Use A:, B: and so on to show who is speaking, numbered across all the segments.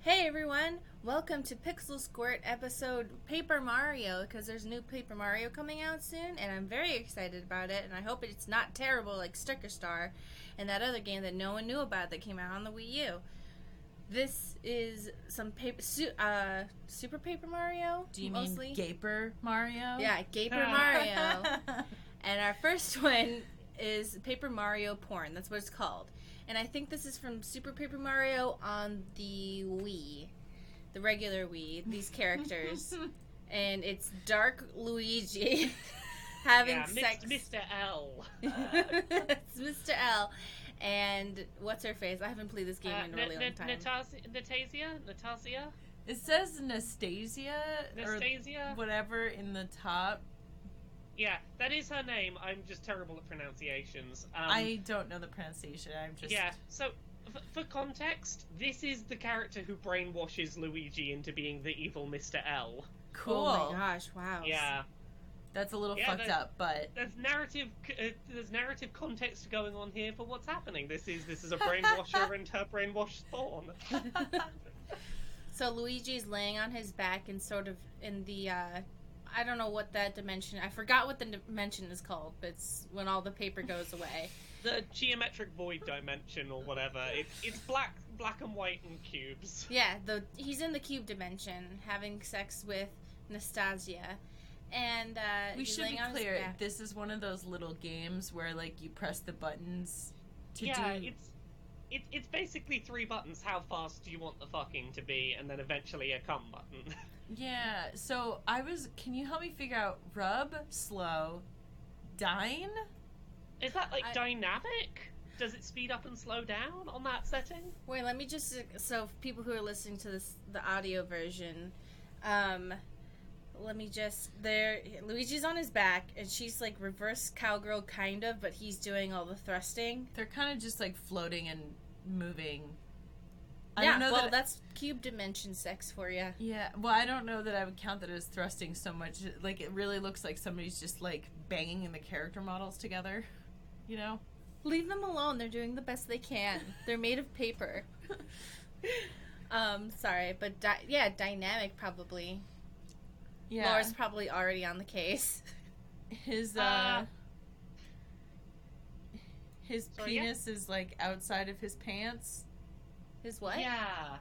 A: Hey everyone, welcome to Pixel Squirt episode Paper Mario because there's new Paper Mario coming out soon and I'm very excited about it and I hope it's not terrible like Sticker Star and that other game that no one knew about that came out on the Wii U. This is some paper su- uh Super Paper Mario
B: Do you
A: mostly.
B: mean Ah. Gaper Mario? Uh.
A: yeah, Gaper Mario. And our first one is Paper Mario Porn. That's what it's called. And I think this is from Super Paper Mario on the Wii, the regular Wii, these characters. and it's Dark Luigi having
C: yeah,
A: sex.
C: Mr. L.
A: it's Mr. L. And what's her face? I haven't played this game
C: Uh,
A: in a
C: Na-
A: really
C: Na-
A: long time.
C: Natas- Natasia? Natasia?
B: it says Nastasia or
C: Nastasia?
B: whatever in the top.
C: Yeah, that is her name. I'm just terrible at pronunciations. Um,
B: I don't know the pronunciation. I'm just
C: Yeah, so f- for context, this is the character who brainwashes Luigi into being the evil Mr. L.
B: cool.
A: Oh my gosh! Wow.
C: Yeah,
B: That's a little
C: Yeah,
B: fucked
C: that-
B: up, but
C: there's narrative, c- uh, there's narrative context going on here for what's happening. This is this is a brainwasher and her brainwashed spawn.
A: So Luigi's laying on his back and sort of in the uh I don't know what that dimension. I forgot what the dimension is called, but it's when all the paper goes away.
C: The geometric void dimension or whatever. It, it's black, black and white and cubes.
A: yeah, the he's in the cube dimension having sex with Nastasia. And uh
B: we
A: he's
B: should
A: laying
B: be
A: on his
B: clear.
A: back.
B: This is one of those little games where like you press the buttons to
C: yeah,
B: do.
C: it's it, it's basically three buttons. How fast do you want the fucking to be, and then eventually a come button.
B: Yeah. So I was. Can you help me figure out rub, slow, dine?
C: Is that like
A: I-
C: dynamic? Does it speed up and slow down on that setting?
A: Wait, let me just so people who are listening to this the audio version, um, let me just there. Luigi's on his back, and she's like reverse cowgirl kind of, but he's doing all the thrusting.
B: They're kind of just like floating and moving. I
A: yeah,
B: don't know
A: well,
B: that
A: that's cube dimension sex for you.
B: Yeah, well, I don't know that I would count that as thrusting so much. Like, it really looks like somebody's just like banging the character models together, you know?
A: Leave them alone. They're doing the best they can. They're made of paper. um, sorry, but di- yeah, dynamic probably.
B: Yeah,
A: Laura's probably already on the case.
B: his uh,
C: Uh,
B: his
C: sorry, yeah?
B: penis is like outside of his pants.
A: His what?
C: Yeah.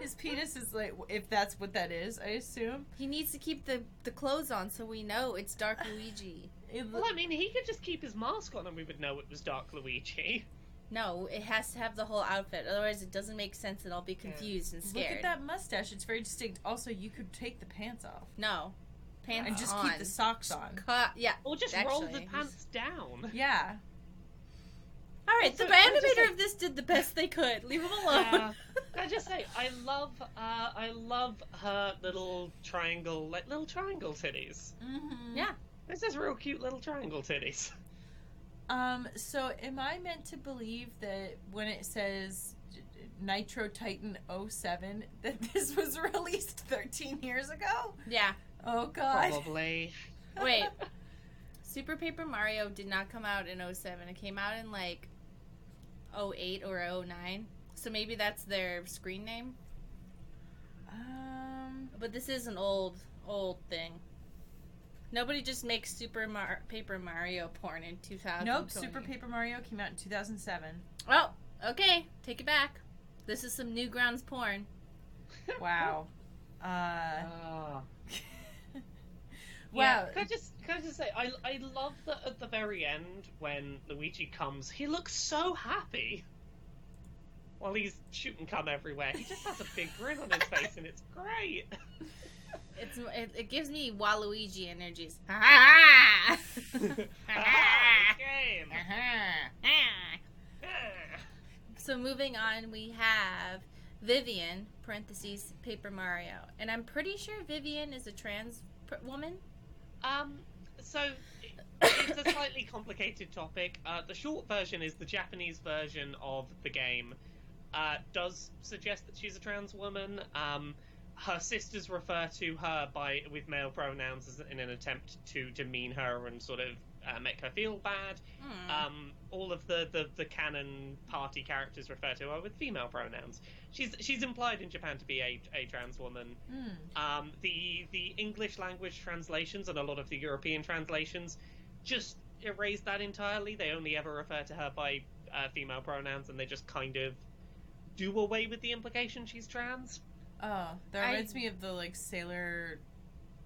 B: his penis is like, if that's what that is, I assume.
A: He needs to keep the the clothes on so we know it's Dark Luigi.
B: It lo-
C: Well, I mean, he could just keep his mask on, and we would know it was Dark Luigi.
A: No, it has to have the whole outfit. Otherwise, it doesn't make sense, and I'll be confused and
B: look
A: scared.
B: at that mustache; it's very distinct. Also, you could take the pants off
A: No, pants
B: and just
A: on.
B: keep the socks on.
A: Ca- yeah.
C: Or just roll the
A: Actually, he's-
C: pants down.
B: Yeah,
A: All right. The
C: So- so just
A: animator
C: like-
A: of this did the best they could. Leave him alone.
C: Yeah. Can I just say, I love, uh, I love her little triangle, like little triangle titties.
B: mm-hmm.
A: Yeah.
C: This is real cute little triangle titties.
B: Um, so am I meant to believe that when it says Nitro Titan 07 that this was released 13 years ago?
A: yeah.
B: Oh god.
C: Probably.
A: Wait. Super Paper Mario did not come out in 07. It came out in like 08 or 09. So maybe that's their screen name.
B: Um
A: But this is an old, old thing. Nobody just makes Super Mar- Paper Mario porn in 2000.
B: Nope,
A: Tony.
B: Super Paper Mario came out in 2007.
A: Oh, okay. Take it back. This is some Newgrounds porn.
B: Wow. Uh
C: Ah.
B: Wow.
C: Can I just can I just say I I love that at the very end when Luigi comes, he looks so happy. While he's shooting cum everywhere, he just has a big grin on his face, and it's great.
A: It's it, it gives me Waluigi energies. Ah!
C: Ah, game. Ah.
A: So moving on, we have Vivian (parentheses Paper Mario), and I'm pretty sure Vivian is a trans pr- woman.
C: Um, so it's a slightly complicated topic. Uh, the short version is the Japanese version of the game uh, does suggest that she's a trans woman. Um, her sisters refer to her by with male pronouns as, in an attempt to demean her and sort of uh, make her feel bad.
A: Hmm.
B: Uh,
C: Um, all of the, the, the canon party characters refer to her with female pronouns. She's she's implied in Japan to be a, a trans woman.
B: Hmm.
C: Um, the the English language translations and a lot of the European translations just erase that entirely. They only ever refer to her by uh, female pronouns, and they just kind of do away with the implication she's trans.
B: Oh, that
A: I-
B: reminds me of the like sailor.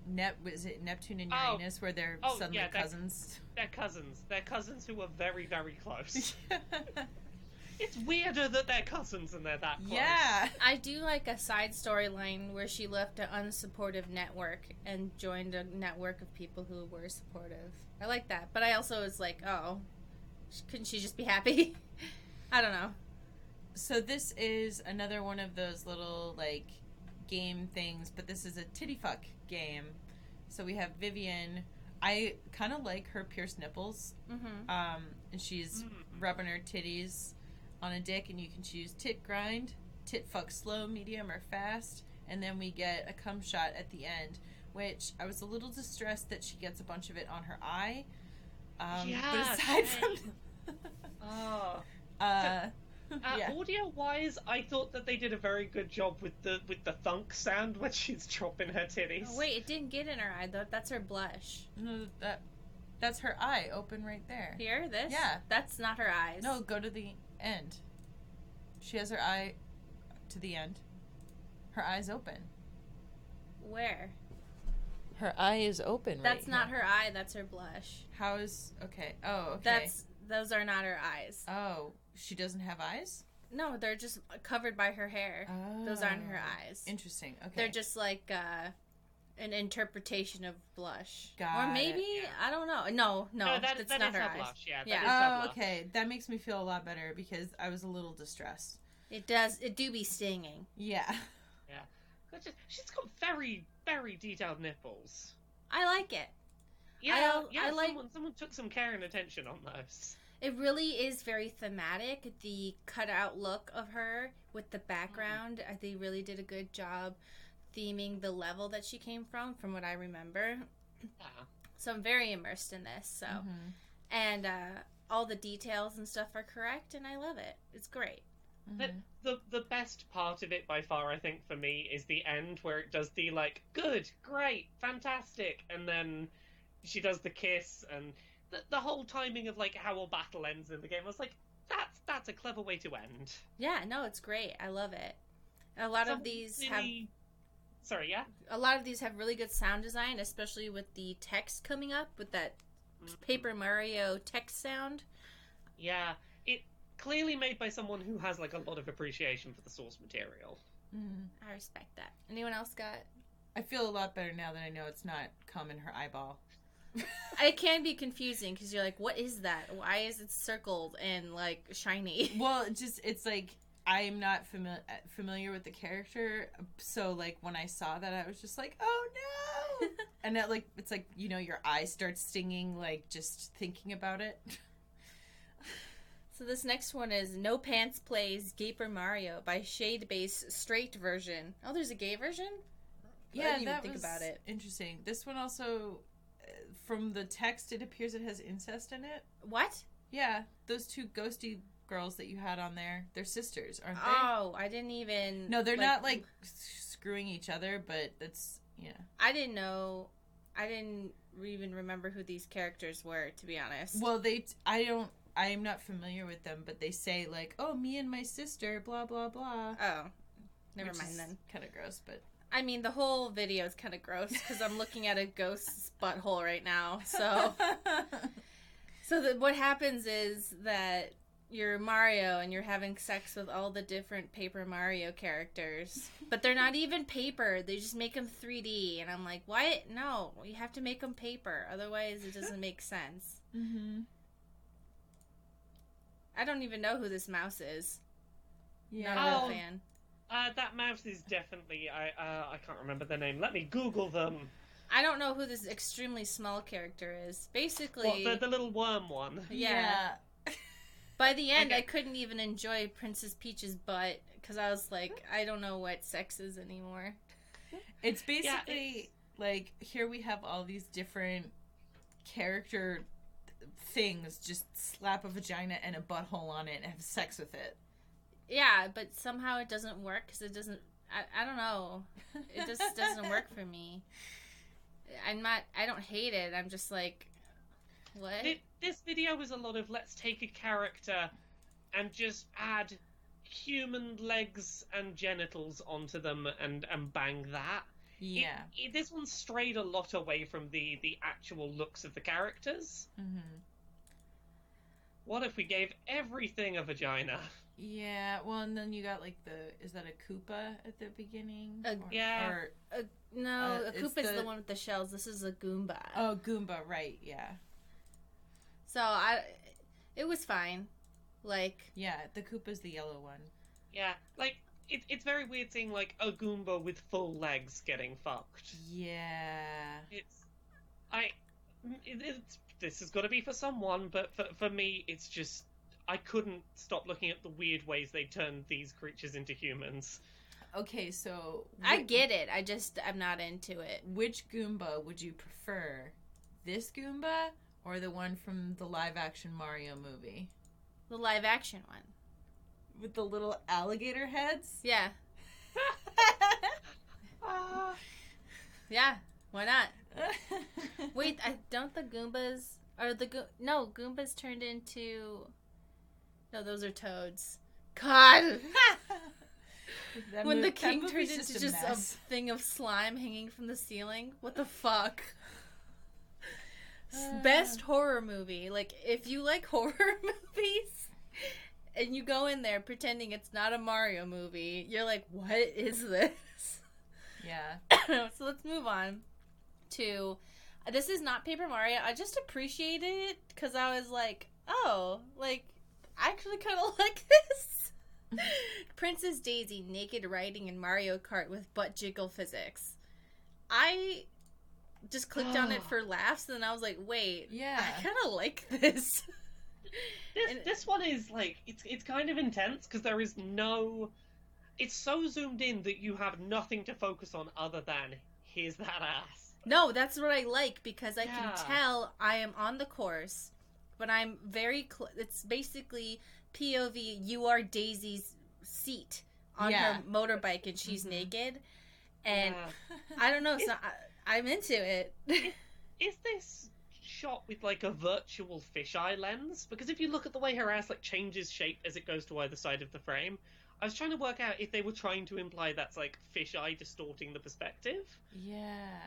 B: Nep was it Neptune and
C: Oh.
B: Uranus where they're
C: Oh,
B: suddenly
C: yeah, that-
B: cousins?
C: They're cousins. They're cousins who are very very close. it's weirder that they're cousins and they're that close.
B: yeah.
A: I do like a side storyline where she left an unsupportive network and joined a network of people who were supportive. I like that, but I also was like, oh, sh- couldn't she just be happy? I don't know.
B: So this is another one of those little like game things, but this is a titty fuck game. So we have Vivian. I kind of like her pierced nipples.
A: Mm-hmm.
B: Um, and she's
C: Mm.
B: rubbing her titties on a dick, and you can choose tit grind, tit fuck slow, medium, or fast. And then we get a cum shot at the end, which I was a little distressed that she gets a bunch of it on her eye. Um,
C: Yeah,
B: but aside
C: same.
B: from,
C: Oh.
A: Ah.
B: uh,
C: Uh,
B: yeah.
C: Audio wise, I thought that they did a very good job with the with the thunk sound when she's chopping her titties.
A: Oh, wait, it didn't get in her eye. Though. That's her blush.
B: No, that that's her eye open right there.
A: Here, this.
B: Yeah.
A: that's not her eyes.
B: No, go to the end. She has her eye to the end. Her eye's open.
A: where?
B: Her eye is open.
A: That's not her eye. That's her blush.
B: How is okay? Oh, okay.
A: That's those are not her eyes.
B: oh, she doesn't have eyes.
A: No, they're just covered by her hair.
B: Oh.
A: Those aren't her eyes.
B: Interesting. Okay.
A: They're just like uh, an interpretation of blush,
B: Got
A: or maybe
C: it, yeah.
A: I don't know. No, no,
C: no, that,
A: that's
C: that
A: not
C: is
A: her
C: her
A: eyes.
C: blush. Yeah,
A: Yeah.
C: that is her
B: Oh,
C: blush.
B: okay. That makes me feel a lot better because I was a little distressed.
A: It does. It do be stinging.
B: Yeah.
C: But just- She's got very, very detailed nipples.
A: I like it.
C: Yeah,
A: I-
C: yeah.
A: I like-
C: someone, someone took some care and attention on those.
A: It really is very thematic. The cutout look of her with the background, I think, really did a good job theming the level that she came from, from what I remember.
C: Yeah.
A: So I'm very immersed in this. So
B: Mhm.
A: and uh, all the details and stuff are correct, and I love it. It's great.
C: But
B: Mhm.
C: the the best part of it by far, I think, for me, is the end where it does the like good, great, fantastic, and then she does the kiss and the the whole timing of like how a battle ends in the game. I was like, that's that's a clever way to end.
A: Yeah, no, it's great. I love it. A lot of these have
C: Really- Sorry, yeah.
A: a lot of these have really good sound design, especially with the text coming up with that Paper Mario text sound.
C: Yeah, it clearly made by someone who has like a lot of appreciation for the source material.
B: Mhm.
A: I respect that. Anyone else got?
B: I feel a lot better now that I know it's not cum in her eyeball.
A: It can be confusing because you're like, what is that? Why is it circled and like shiny?
B: Well, it just it's like I'm not familiar familiar with the character, so like when I saw that, I was just like, oh no! and that like it's like you know your eyes start stinging like just thinking about it.
A: So this next one is No Pants Plays Gaper Mario by Shade Base Straight Version. Oh, there's a gay version. didn't even
B: that
A: think
B: was
A: about it.
B: Interesting. This one also, uh, from the text, it appears it has incest in it.
A: What?
B: Yeah, those two ghosty girls that you had on there, they're sisters, aren't they?
A: Oh, I didn't even.
B: no, they're not Ah. like s- screwing each other, but that's yeah.
A: I didn't know. I didn't even remember who these characters were, to be honest.
B: Well, they, t- I don't, I am not familiar with them, but they say like, "Oh, me and my sister," blah blah blah.
A: Oh, never mind then.
B: Kind of gross, but
A: I mean, the whole video is kind of gross because I'm looking at a ghost's butthole right now. So, so that what happens is that you're Mario and you're having sex with all the different Paper Mario characters, but they're not even paper. They just make them 3D, and I'm like, what? No, you have to make them paper, otherwise it doesn't make sense.
B: mm-hmm.
A: I don't even know who this mouse is.
B: yeah.
A: Not a real
C: Oh.
A: fan.
C: Uh, that mouse is definitely I uh, I can't remember their name. Let me Google them.
A: I don't know who this extremely small character is.
C: What,
A: Basically,
C: the, the little worm one.
A: Yeah. by the end, I
C: Okay.
A: couldn't even enjoy Princess Peach's butt because I was like, I don't know what sex is anymore.
B: It's
C: Yeah,
B: basically like here we have all these different character things just slap a vagina and a butthole on it and have sex with it.
A: Yeah, but somehow it doesn't work because it doesn't. I, I don't know. It just doesn't work for me. I'm not. I don't hate it. I'm just like, what?
C: Thi- This video is a lot of let's take a character and just add human legs and genitals onto them and, and bang that. It-
B: Yeah.
C: it- this one strayed a lot away from the, the actual looks of the characters.
B: Mm-hmm.
C: What if we gave everything a vagina?
B: Yeah. Well, and then you got like the is that a Koopa at the beginning?
A: A-
B: Or-
C: Yeah.
B: Or,
A: no,
B: Uh,
A: a
B: it's
A: Koopa's the...
B: the-
A: one with the shells. This is a Goomba.
B: oh, Goomba. Right. Yeah.
A: So I, it was fine. Like
B: Yeah. The Koopa's the yellow one.
C: Yeah, like, it, it's very weird seeing, like, a Goomba with full legs getting fucked.
B: Yeah.
C: It's. I. It, it's, this has got to be for someone, but for, for me, it's just. I couldn't stop looking at the weird ways they turned these creatures into humans.
B: Okay. So
A: I
B: wh-
A: get it. I just I'm not into it.
B: Which Goomba would you prefer? This Goomba or the one from the live action Mario movie
A: The live action one.
B: with the little alligator heads?
A: Yeah,
C: Ah,
A: yeah. Why not? Wait, I don't the Goombas or the Go- no Goombas turned into. No, those are toads. God,
B: That
A: when
B: mov-
A: the
B: that
A: king turned
B: movie's
A: into
B: a
A: just a
B: mess.
A: thing of slime hanging from the ceiling. What the fuck?
B: Ah.
A: S- Best horror movie. Like if you like horror movies and you go in there pretending it's not a Mario movie, you're like, what is this?
B: yeah.
A: so let's move on to this is not Paper Mario. I just appreciated it because I was like, oh, like I actually kind of like this. Princess Daisy naked riding in Mario Kart with butt jiggle physics. I just clicked on it
C: Oh.
A: for laughs, and then I was like, wait,
B: Yeah.
A: I kind of like this.
C: this
A: And-
C: this one is like it's it's kind of intense because there is no, it's so zoomed in that you have nothing to focus on other than here's that ass.
A: No, that's what I like because I
C: Yeah.
A: can tell I am on the course, but I'm very close. It's basically POV. You are Daisy's seat on
B: Yeah.
A: her motorbike, and she's
B: Mhm.
A: naked. And
C: Mm-hmm. Yeah.
A: I don't know. So I, I'm into it.
C: is this shot with like a virtual fisheye lens? Because if you look at the way her ass like changes shape as it goes to either side of the frame, I was trying to work out if they were trying to imply that's like fisheye distorting the perspective.
B: yeah.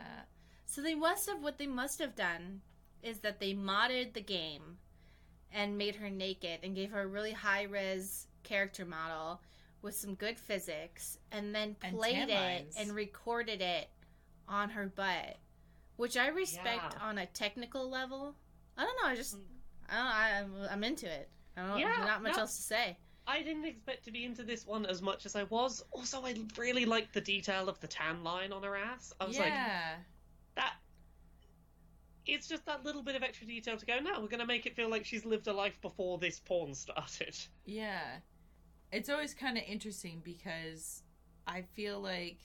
A: so they must have what they must have done is that they modded the game and made her naked and gave her a really high res character model with some good physics and then
B: And
A: played
B: tan
A: it
B: lines.
A: and recorded it on her butt which i respect
C: Yeah. Mm.
A: on a technical level i don't know i just i don't know, I, I'm, I'm into it i don't
C: Yeah,
A: not much
C: no.
A: else to say
C: I didn't expect to be into this one as much as I was. Also, I really liked the detail of the tan line on her ass. I was like,
B: yeah.
C: that. It's just that little bit of extra detail to go. No, we're going to make it feel like she's lived a life before this porn started.
B: Yeah. It's always kind of interesting because I feel like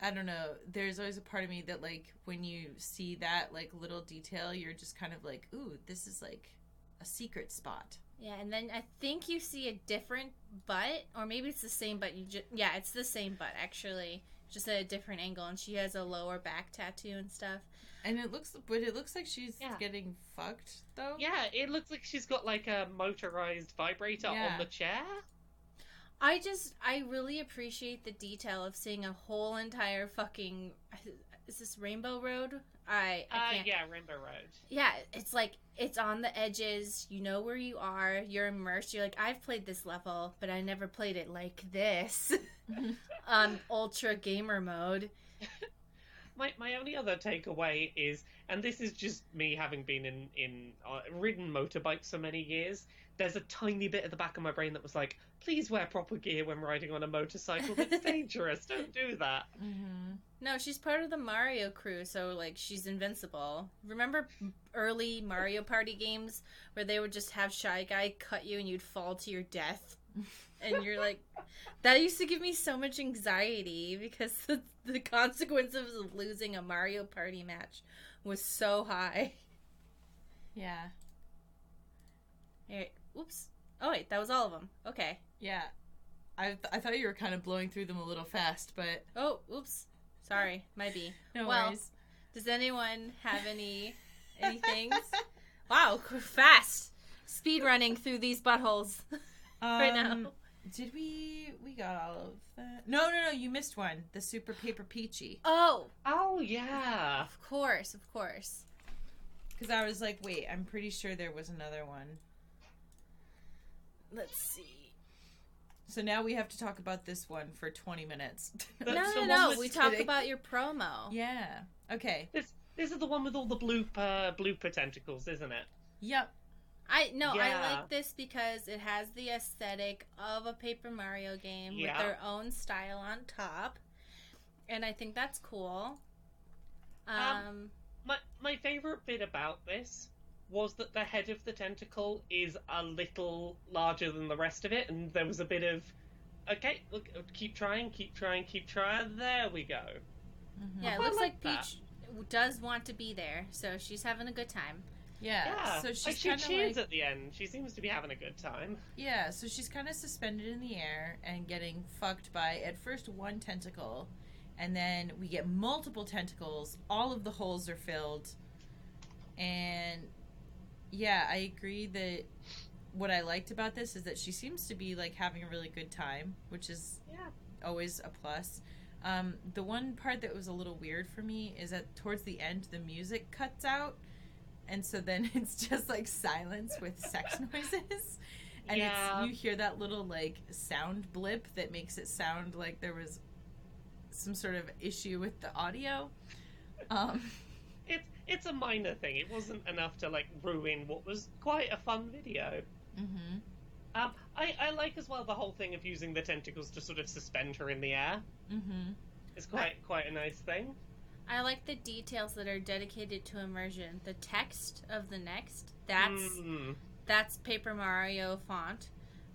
B: I don't know, there's always a part of me that like when you see that like little detail, you're just kind of like, "Ooh, this is like a secret spot."
A: yeah and then i think you see a different butt or maybe it's the same butt you just yeah it's the same butt actually just at a different angle and she has a lower back tattoo and stuff
B: And it looks but it looks like she's
C: Yeah.
B: getting fucked though.
C: Yeah, it looks like she's got like a motorized vibrator
B: Yeah.
C: on the chair.
A: I just I really appreciate the detail of seeing a whole entire fucking is this Rainbow Road? I I
C: Uh,
A: can't.
C: yeah, Rainbow Road.
A: yeah, it's like it's on the edges. You know where you are. You're immersed. You're like I've played this level, but I never played it like this on ultra gamer mode.
C: My my only other takeaway is, and this is just me having been in in uh, ridden motorbikes for many years. There's a tiny bit at the back of my brain that was like, please wear proper gear when riding on a motorcycle. It's dangerous. Don't do that.
B: Mhm.
A: No, she's part of the Mario crew, so like she's invincible. Remember early Mario Party games where they would just have Shy Guy cut you and you'd fall to your death? And you're like, that used to give me so much anxiety because the, the consequences of losing a Mario Party match was so high.
B: Yeah.
A: Here, oops. Oh wait, that was all of them. Okay.
B: Yeah. I, th- I thought you were kind of blowing through them a little fast, but
A: Oh, oops. Sorry, my bee.
B: no
A: Well,
B: worries.
A: Does anyone have any any things? wow, fast. Speed running through these buttholes right now.
B: Um, Did we? We got all of that. No, no, no. You missed one. The super paper peachy.
A: Oh,
C: Oh yeah.
A: of course, of course.
B: Because I was like, wait, I'm pretty sure there was another one.
A: Let's see.
B: So now we have to talk about this one for 20 minutes.
A: No,
C: That's the
A: no,
C: one
A: no.
C: with
A: We talk
C: today.
A: about your promo.
B: yeah. Okay.
C: This this is the one with all the blue uh, blooper tentacles, isn't it?
B: Yep.
A: I no, I
C: Yeah.
A: like this because it has the aesthetic of a Paper Mario game
C: Yeah.
A: with their own style on top, and I think that's cool. Um,
C: My my favorite bit about this was that the head of the tentacle is a little larger than the rest of it, and there was a bit of, okay, look, keep trying, keep trying, keep trying. There we go.
B: Mhm.
A: yeah, it
C: I
A: looks like,
C: like that.
A: Peach does want to be there, so she's having a good time.
B: Yeah.
C: Yeah.
B: So she's
C: like she
B: kind of
C: cheers
B: like,
C: at the end. She seems to be having a good time.
B: yeah. So she's kind of suspended in the air and getting fucked by at first one tentacle, and then we get multiple tentacles. All of the holes are filled, and yeah, I agree that what I liked about this is that she seems to be like having a really good time, which is
C: Yeah.
B: always a plus. Um, the one part that was a little weird for me is that towards the end the music cuts out, and so then it's just like silence with sex noises, and
C: yeah.
B: it's, you hear that little like sound blip that makes it sound like there was some sort of issue with the audio. Um,
C: It's it's a minor thing. It wasn't enough to like ruin what was quite a fun video.
B: mhm.
C: Um, I, I like as well the whole thing of using the tentacles to sort of suspend her in the air.
B: Mhm.
C: It's quite quite a nice thing.
A: I like the details that are dedicated to immersion. The text of the next that's
C: Mm.
A: that's Paper Mario font.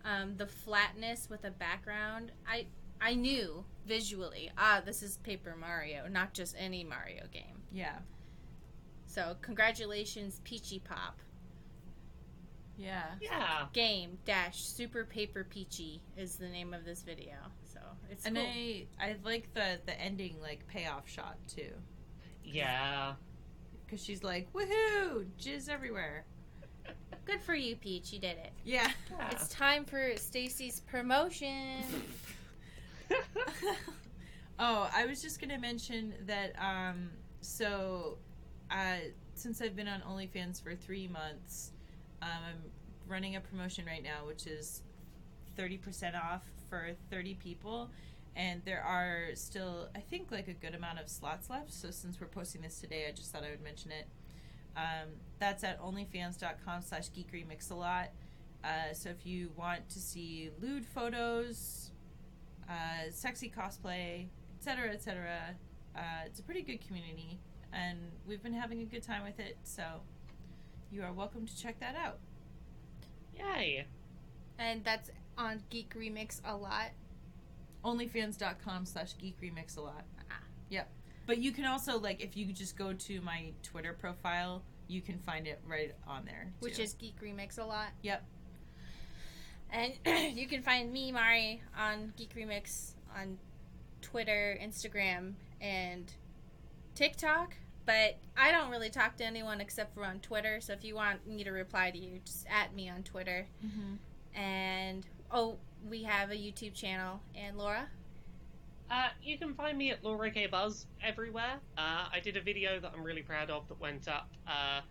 A: Um, the flatness with a background, I I knew visually. Ah, this is Paper Mario, not just any Mario game.
B: Yeah.
A: So congratulations, Peachy Pop
B: Yeah.
C: Yeah.
A: game dash Super Paper Peachy is the name of this video. So it's
B: And
A: cool.
B: I I like the the ending like payoff shot too.
C: Yeah.
B: Because she's like, woohoo, jizz everywhere.
A: Good for you, Peach. You did it.
B: Yeah.
C: yeah.
A: It's time for Stacy's promotion.
B: oh, I was just gonna mention that. Um, so, uh, since I've been on OnlyFans for three months, um, I'm running a promotion right now, which is thirty percent off for thirty people, and there are still, I think, like a good amount of slots left. So, since we're posting this today, I just thought I would mention it. Um, that's at OnlyFans.com/slash GeekRemixALot. Uh, so, if you want to see lewd photos, uh, sexy cosplay, etc., etc. Uh, it's a pretty good community, and we've been having a good time with it. So you are welcome to check that out.
C: Yay.
A: and that's on Geek Remix a lot.
B: OnlyFans.com/slash Geek Remix a lot.
A: Ah.
B: Yep. But you can also like if you just go to my Twitter profile, you can find it right on there,
A: which is Geek Remix a lot.
B: Yep.
A: And you can find me, Mari, on Geek Remix on Twitter, Instagram, and TikTok. But I don't really talk to anyone except for on Twitter. So if you want me to reply to you, just at me on Twitter.
B: Mm-hmm.
A: And oh, we have a YouTube channel. And Laura,
C: Uh, you can find me at Laura K Buzz everywhere. Uh, I did a video that I'm really proud of that went up. Uh,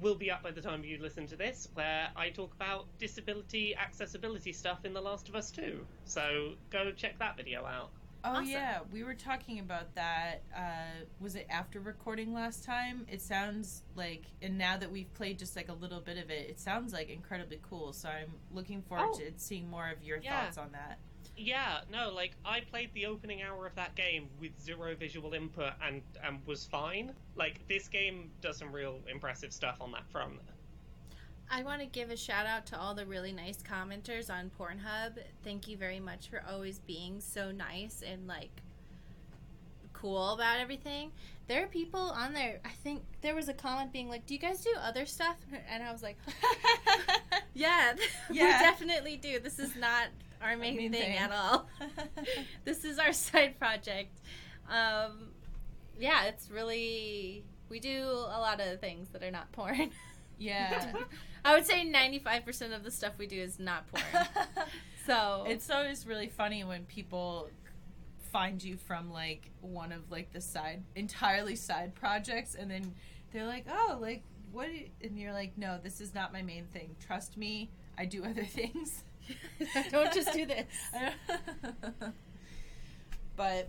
C: will be up by the time you listen to this, where I talk about disability accessibility stuff in The Last of Us 2. So go check that video out.
B: Oh
A: Awesome.
B: yeah, we were talking about that. Uh, was it after recording last time? It sounds like, and now that we've played just like a little bit of it, it sounds like incredibly cool. So I'm looking forward
C: Oh.
B: to seeing more of your
C: Yeah.
B: thoughts on that.
C: Yeah, no, like I played the opening hour of that game with zero visual input and and was fine. Like this game does some real impressive stuff on that front.
A: I want to give a shout out to all the really nice commenters on Pornhub. Thank you very much for always being so nice and like cool about everything. There are people on there. I think there was a comment being like, "Do you guys do other stuff?" And I was like, "Yeah, we
B: Yeah.
A: definitely do. This is not our main
B: main
A: thing
B: thing.
A: at all. this is our side project." Um, yeah, it's really we do a lot of things that are not porn.
B: yeah.
A: I would say 95% of the stuff we do is not porn. So
B: it's always really funny when people find you from like one of like the side entirely side projects and then they're like oh like what do you-" and you're like no this is not my main thing trust me i do other things
A: don't just do this.
B: I don't- but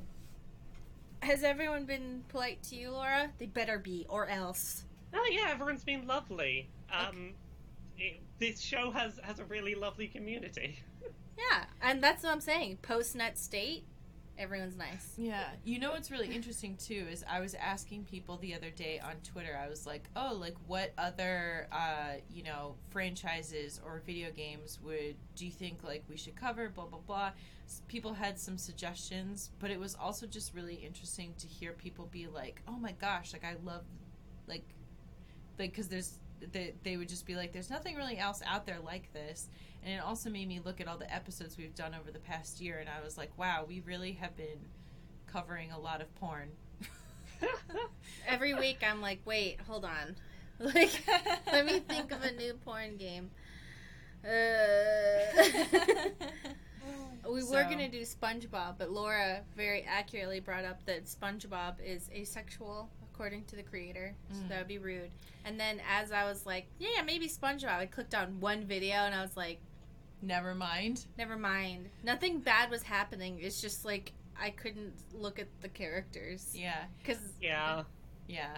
A: Has everyone been polite to you, Laura? They better be, or else.
C: Oh yeah, everyone's been lovely. Um, it, this show has has a really lovely community.
A: Yeah, and that's what I'm saying. Post nut state, everyone's nice.
B: Yeah. You know what's really interesting too is I was asking people the other day on Twitter. I was like, "Oh, like what other uh, you know, franchises or video games would do you think like we should cover blah blah blah." S- People had some suggestions, but it was also just really interesting to hear people be like, "Oh my gosh, like I love like like cuz there's they, they would just be like there's nothing really else out there like this and it also made me look at all the episodes we've done over the past year and i was like wow we really have been covering a lot of porn.
A: Every week I'm like, wait, hold on. Like, let me think of a new porn game. Uh... We were
B: So-
A: gonna do SpongeBob, but Laura very accurately brought up that SpongeBob is asexual according to the creator, so
B: Mm.
A: that would be rude. And then as I was like, yeah, maybe SpongeBob, I clicked on one video and I was like,
B: Never mind.
A: never mind. Nothing bad was happening. It's just like I couldn't look at the characters
B: Yeah,
A: because
C: Yeah,
B: yeah.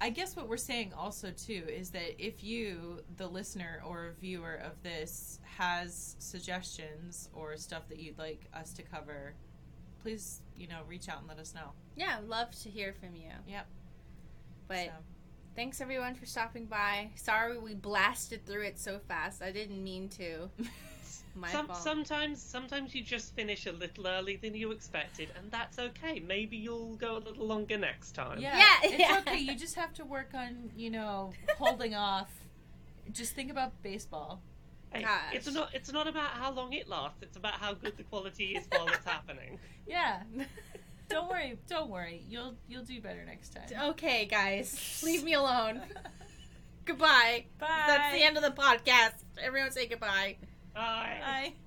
B: I guess what we're saying also too is that if you, the listener or viewer of this, has suggestions or stuff that you'd like us to cover, please you know reach out and let us know.
A: yeah, I'd love to hear from you.
B: Yep.
A: But thanks everyone for stopping by. Sorry we blasted through it so fast. I didn't mean to.
B: So.
A: My
C: Some,
A: fault.
C: sometimes sometimes you just finish a little early than you expected, and that's okay. Maybe you'll go a little longer next time.
B: Yeah,
A: Yeah,
B: it's
A: yeah.
B: okay. You just have to work on, you know, holding off. Just think about baseball.
C: Hey,
A: Gosh.
C: it's not it's not about how long it lasts. It's about how good the quality is while it's happening.
B: Yeah, don't worry, don't worry. You'll you'll do better next time.
A: Okay, guys, leave me alone. Goodbye.
B: Bye.
A: That's the end of the podcast. Everyone say goodbye.
C: Bye.
B: Bye.